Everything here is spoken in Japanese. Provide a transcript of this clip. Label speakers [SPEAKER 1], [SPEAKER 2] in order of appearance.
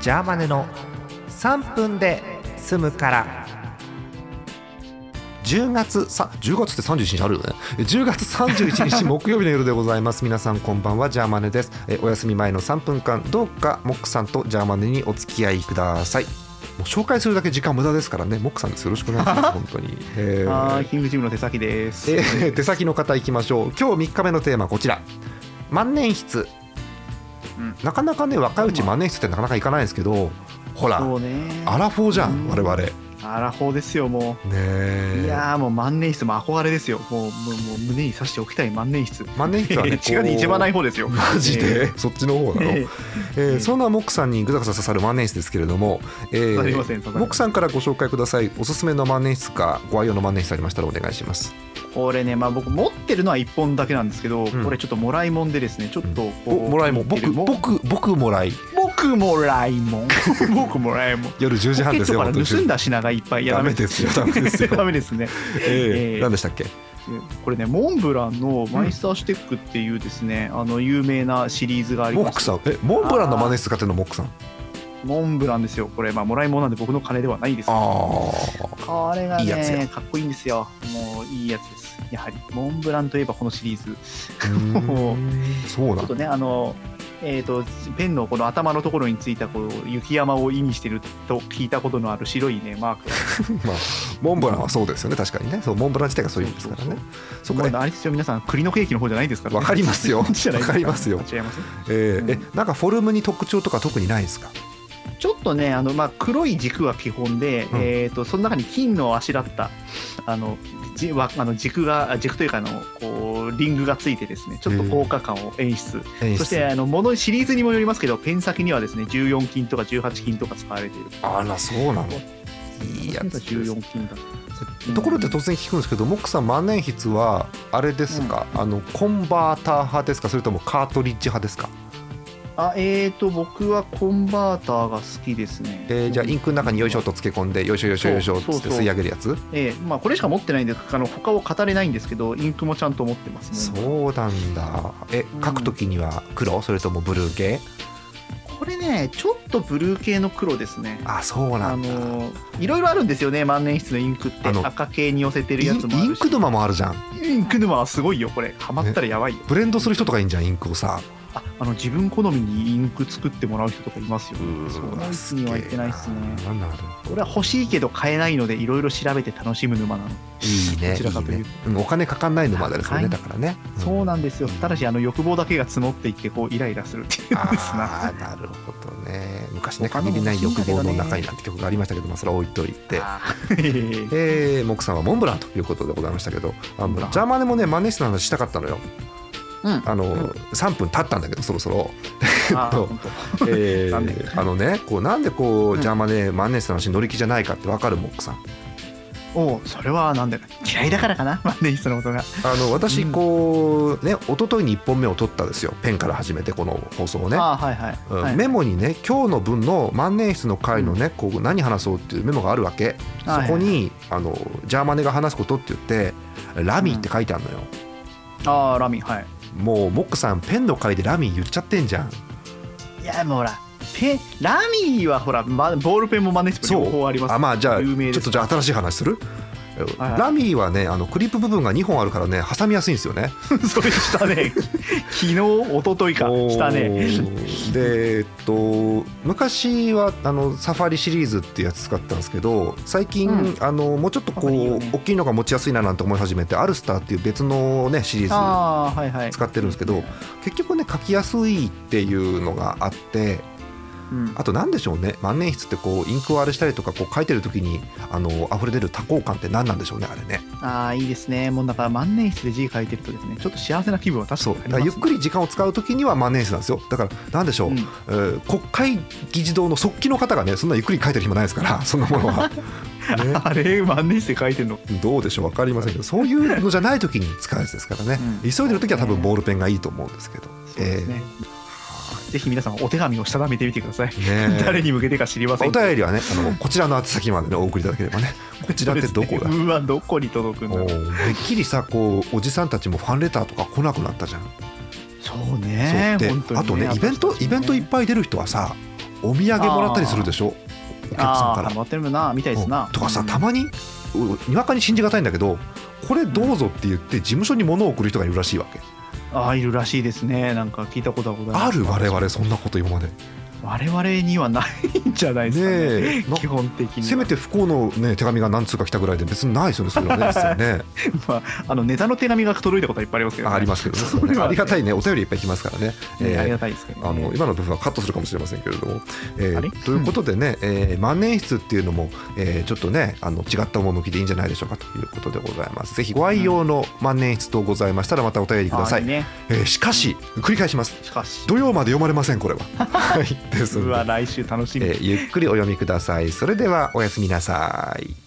[SPEAKER 1] ジャーマネの3分で済むから10月さ10月って31日あるよね10月31日 木曜日の夜でございます皆さんこんばんはジャーマネですえお休み前の3分間どうかモックさんとジャーマネにお付き合いくださいもう紹介するだけ時間無駄ですからねモックさんですよろしくお願いし ます本当に、えー
[SPEAKER 2] はい、キングジムの手先です。
[SPEAKER 1] えー 手先の方いきましょう今日3日目のテーマこちら万年筆、
[SPEAKER 2] うん
[SPEAKER 1] なかなかね若いうち万年筆ってなかなかいかないんですけどほら
[SPEAKER 2] そうね。
[SPEAKER 1] アラフォーじゃん
[SPEAKER 2] うん
[SPEAKER 1] 我々ね
[SPEAKER 2] アラフォーですよ、もう。い
[SPEAKER 1] え
[SPEAKER 2] やー、もう万年筆も憧れですよ。もう、もう、もう胸に刺しておきたい万年筆。
[SPEAKER 1] 万年筆は ね
[SPEAKER 2] 違うね、一番ない
[SPEAKER 1] 方
[SPEAKER 2] 方ですよ。
[SPEAKER 1] マジで、
[SPEAKER 2] え
[SPEAKER 1] そっちの方
[SPEAKER 2] ー。
[SPEAKER 1] なの、
[SPEAKER 2] え
[SPEAKER 1] え
[SPEAKER 2] ー
[SPEAKER 1] ーそんなモックさんにぐざぐざ刺さる万年筆ですけれども、えー
[SPEAKER 2] 刺さりません刺さりません
[SPEAKER 1] モックさんからご紹介くださいおすすめの万年筆かご愛用の万年筆ありましたらお願いします
[SPEAKER 2] これね、まあ、僕持ってるのは一本だけなんですけど、
[SPEAKER 1] ん
[SPEAKER 2] これちょっともらいもんでですね、ちょっとこ
[SPEAKER 1] お
[SPEAKER 2] う。
[SPEAKER 1] もらいもん
[SPEAKER 2] 持って
[SPEAKER 1] 僕
[SPEAKER 2] る
[SPEAKER 1] 僕僕もらい
[SPEAKER 2] 僕もらいもん。 僕もらいもん。
[SPEAKER 1] 夜10時半ですよ
[SPEAKER 2] ポケットか
[SPEAKER 1] 本
[SPEAKER 2] ら
[SPEAKER 1] 当
[SPEAKER 2] 盗ん
[SPEAKER 1] に
[SPEAKER 2] だ品がいっぱい。いや
[SPEAKER 1] ダメですよダメですよ
[SPEAKER 2] ダメですね。
[SPEAKER 1] え
[SPEAKER 2] え
[SPEAKER 1] ー
[SPEAKER 2] ー
[SPEAKER 1] 何でしたっけ
[SPEAKER 2] これね、モンブランのマイスターシュテックっていうですね、あの有名なシリーズがあり
[SPEAKER 1] モ
[SPEAKER 2] ま
[SPEAKER 1] ッ
[SPEAKER 2] す
[SPEAKER 1] ク。さんえモンブランの真似使ってんのモックさん
[SPEAKER 2] モンブランですよ。これ、まあ、もらい物なんで僕の金ではないです。
[SPEAKER 1] あ
[SPEAKER 2] これがね
[SPEAKER 1] いいやつや
[SPEAKER 2] かっこいいんですよ。もういいやつです。やはり、モンブランといえばこのシリーズ。ち
[SPEAKER 1] あそうな
[SPEAKER 2] ょっ
[SPEAKER 1] ん
[SPEAKER 2] とね、あの、えー、とペンのこの頭のところについたこう雪山を意味してると聞いたことのある白いねマー ク
[SPEAKER 1] モンブランはそうですよね確かにねそうモンブラン自体がそういう意味ですからねそっか
[SPEAKER 2] も
[SPEAKER 1] ね
[SPEAKER 2] うあれですよ皆さん栗のケーキの方じゃないですから、ね、
[SPEAKER 1] わかりますよ
[SPEAKER 2] じゃないです
[SPEAKER 1] わかりますよ
[SPEAKER 2] 違います
[SPEAKER 1] え
[SPEAKER 2] う
[SPEAKER 1] ー
[SPEAKER 2] ん
[SPEAKER 1] えなんかフォルムに特徴とか特にないですか
[SPEAKER 2] ちょっとねあの、まあ、黒い軸は基本で、
[SPEAKER 1] うん
[SPEAKER 2] えー、とその中に金のあしらったあのじわあの軸が軸というかあのこうリングがついてですねちょっと豪華感を演出、
[SPEAKER 1] 演
[SPEAKER 2] そしてあの物シリーズにもよりますけどペン先にはですね14金とか18金とか使われている
[SPEAKER 1] あらそうなのいいやつ
[SPEAKER 2] 14金だ
[SPEAKER 1] ところで突然聞くんですけどモックさん万年筆はあれですか、あのコンバーター派ですかそれともカートリッジ派ですか、
[SPEAKER 2] あえー、と僕はコンバーターが好きですね
[SPEAKER 1] えーじゃあインクの中によいしょっと漬け込んでよいしょよいしょよいしょっつって吸い上げるやつ
[SPEAKER 2] えーまあ、これしか持ってないんであの他を語れないんですけどインクもちゃんと持ってますね
[SPEAKER 1] そうなんだえ
[SPEAKER 2] うん
[SPEAKER 1] 書くときには黒それともブルー系
[SPEAKER 2] これねちょっとブルー系の黒ですね
[SPEAKER 1] あそうな
[SPEAKER 2] あ
[SPEAKER 1] んだ、
[SPEAKER 2] のーいろいろあるんですよね万年筆のインクって
[SPEAKER 1] あの
[SPEAKER 2] 赤系に寄せてる
[SPEAKER 1] イ
[SPEAKER 2] や
[SPEAKER 1] ン
[SPEAKER 2] つもあ
[SPEAKER 1] イン
[SPEAKER 2] るし
[SPEAKER 1] ク沼もあるじゃん
[SPEAKER 2] インク沼はすごいよこれハマったらやばいよ、
[SPEAKER 1] ブレンドする人とかいいんじゃんインクをさ
[SPEAKER 2] ああの自分好みにインク作ってもらう人とかいますよそうなんすにはいけないっすね
[SPEAKER 1] すげえななるほど
[SPEAKER 2] 俺は欲しいけど買えないのでいろいろ調べて楽しむ沼なの
[SPEAKER 1] いいね
[SPEAKER 2] どちらかというと
[SPEAKER 1] いいねうんお金かかんない沼だねそれね
[SPEAKER 2] 高
[SPEAKER 1] だ
[SPEAKER 2] い
[SPEAKER 1] からね、
[SPEAKER 2] そうなんですよ
[SPEAKER 1] うん
[SPEAKER 2] ただしあの欲望だけが募っていってこうイライラするっていうですな
[SPEAKER 1] ああなるほどね昔ね
[SPEAKER 2] 他
[SPEAKER 1] 限
[SPEAKER 2] のも
[SPEAKER 1] りない欲望の中
[SPEAKER 2] 欲しいんだけどね
[SPEAKER 1] になんて曲がありましたけど、まあ、それは置いといて
[SPEAKER 2] あー
[SPEAKER 1] えー、モクさんはモンブランということでございましたけどあ
[SPEAKER 2] モンブ
[SPEAKER 1] の
[SPEAKER 2] ラン
[SPEAKER 1] ジャーマネもねマネしての話したかったのよ
[SPEAKER 2] うん
[SPEAKER 1] あの、
[SPEAKER 2] うん
[SPEAKER 1] 3分経ったんだけどそろそろ
[SPEAKER 2] あー本当
[SPEAKER 1] え
[SPEAKER 2] 残念
[SPEAKER 1] ー、あのねこうなんでこう、
[SPEAKER 2] うん
[SPEAKER 1] ジャーマネ万年筆の話に乗り気じゃないかってわかるモックさん
[SPEAKER 2] おうそれはなんだか嫌いだからかな万年筆のことが
[SPEAKER 1] あの私
[SPEAKER 2] うん
[SPEAKER 1] こう、ね一昨日に1本目を取ったんですよペンから始めてこの放送をね、
[SPEAKER 2] あーはいはい、
[SPEAKER 1] うん
[SPEAKER 2] はい
[SPEAKER 1] メモにね今日の分の万年筆の回のね、こう何話そうっていうメモがあるわけそ
[SPEAKER 2] はい
[SPEAKER 1] こにあのジャーマネが話すことって言ってラミーって書いてあるのよ、
[SPEAKER 2] ああラミはい
[SPEAKER 1] もうモックさんペンの回でラミー言っちゃってんじゃん
[SPEAKER 2] いやもうほらペラミーはほら、ま、ボールペンもマネスプ
[SPEAKER 1] そ
[SPEAKER 2] 両
[SPEAKER 1] う
[SPEAKER 2] 方あります
[SPEAKER 1] あまあじゃあち
[SPEAKER 2] 有
[SPEAKER 1] ょ
[SPEAKER 2] 名
[SPEAKER 1] っ
[SPEAKER 2] です
[SPEAKER 1] とじゃあ新しい話する、
[SPEAKER 2] はいはい
[SPEAKER 1] ラミーはねあのクリップ部分が2本あるからね挟みやすいんですよね
[SPEAKER 2] それしたね昨日一昨 日かしたね
[SPEAKER 1] でえっと昔はあのサファリシリーズってやつ使ったんですけど最近、
[SPEAKER 2] うん
[SPEAKER 1] あのもうちょっとこ
[SPEAKER 2] サ
[SPEAKER 1] う
[SPEAKER 2] ファリいいよね
[SPEAKER 1] 大きいのが持ちやすいななんて思い始めてアルスターっていう別のねシリーズ
[SPEAKER 2] ああはいはい
[SPEAKER 1] 使ってるんですけど結局ね書きやすいっていうのがあって
[SPEAKER 2] うん、
[SPEAKER 1] あと何でしょうね万年筆ってこうインクをあれしたりとかこう書いてる時にあの溢れ出る多幸感って何なんでしょうねあれね
[SPEAKER 2] ああいいですねもうだから万年筆で字書いてるとですねちょっと幸せな気分は確か
[SPEAKER 1] そう
[SPEAKER 2] に
[SPEAKER 1] だか
[SPEAKER 2] あり
[SPEAKER 1] ら
[SPEAKER 2] ます、ね、
[SPEAKER 1] ゆっくり時間を使う時には万年筆なんですよだから何でしょう、
[SPEAKER 2] うん
[SPEAKER 1] えー国会議事堂の側記の方がねそんなゆっくり書いてる暇ないですからそんなものは、ね
[SPEAKER 2] あれ万年筆で書いてるの
[SPEAKER 1] どうでしょう分かりませんけどそういうのじゃない時に使うやつですからね、
[SPEAKER 2] うん
[SPEAKER 1] 急いでる時は多分ボールペンがいいと思うんですけど
[SPEAKER 2] そうですね、ぜひ皆さんお手紙をしたためてみてください、
[SPEAKER 1] えーねえ
[SPEAKER 2] 誰に向けてか知りませ
[SPEAKER 1] お
[SPEAKER 2] んけど
[SPEAKER 1] 便りはねあのこちらの宛先までねお送りいただければねこちらってどこ
[SPEAKER 2] そう
[SPEAKER 1] だ
[SPEAKER 2] ですねうわどこに届くんだ
[SPEAKER 1] お
[SPEAKER 2] ろ
[SPEAKER 1] ー
[SPEAKER 2] う
[SPEAKER 1] めっきりさこうおじさんたちもファンレターとか来なくなったじゃん、
[SPEAKER 2] そうね
[SPEAKER 1] そうで
[SPEAKER 2] 本当に
[SPEAKER 1] あとねイベントイベントいっ
[SPEAKER 2] い
[SPEAKER 1] ぱい出る人はさお土産もらったりするでしょお客さん
[SPEAKER 2] あ
[SPEAKER 1] か
[SPEAKER 2] あ
[SPEAKER 1] ら
[SPEAKER 2] ー、。待ってるな、みたいですな
[SPEAKER 1] う。んとかさ
[SPEAKER 2] うん
[SPEAKER 1] たまにうにわかに信じがたいんだけどこれどうぞって言って事務所に物を送る人がいるらしいわけ
[SPEAKER 2] ああ、いるらしいですね。なんか聞いたことはございます。
[SPEAKER 1] ある我々そんなこと今までね
[SPEAKER 2] 我々にはないんじゃないですかね。
[SPEAKER 1] えな
[SPEAKER 2] 基本的には
[SPEAKER 1] せめて不幸の、ね、手紙が何通か来たぐらいで別にないですよねそれはね実際ね
[SPEAKER 2] まあ、あのネタの手紙が届いたことはいっぱいありますけど、
[SPEAKER 1] あありますけどね
[SPEAKER 2] それはね
[SPEAKER 1] ありがたいねお便りいっぱい来ますからね、
[SPEAKER 2] ねあ
[SPEAKER 1] え
[SPEAKER 2] りがたいですけど、
[SPEAKER 1] ーあ
[SPEAKER 2] ね
[SPEAKER 1] の。今の部分はカットするかもしれませんけれども、えー
[SPEAKER 2] あれ
[SPEAKER 1] ということでね、えー万年筆っていうのも、えーちょっとねあの違った趣でいいんじゃないでしょうかということでございますぜひご愛用の万年筆とございましたらまたお便りください、
[SPEAKER 2] あね。
[SPEAKER 1] えーしかし繰り返します
[SPEAKER 2] しかし、
[SPEAKER 1] 土曜まで読まれませんこ れははいです
[SPEAKER 2] う
[SPEAKER 1] の
[SPEAKER 2] わ、
[SPEAKER 1] で、
[SPEAKER 2] 来週楽しみ。
[SPEAKER 1] えーゆっくりお読みくださいそれではおやすみなさい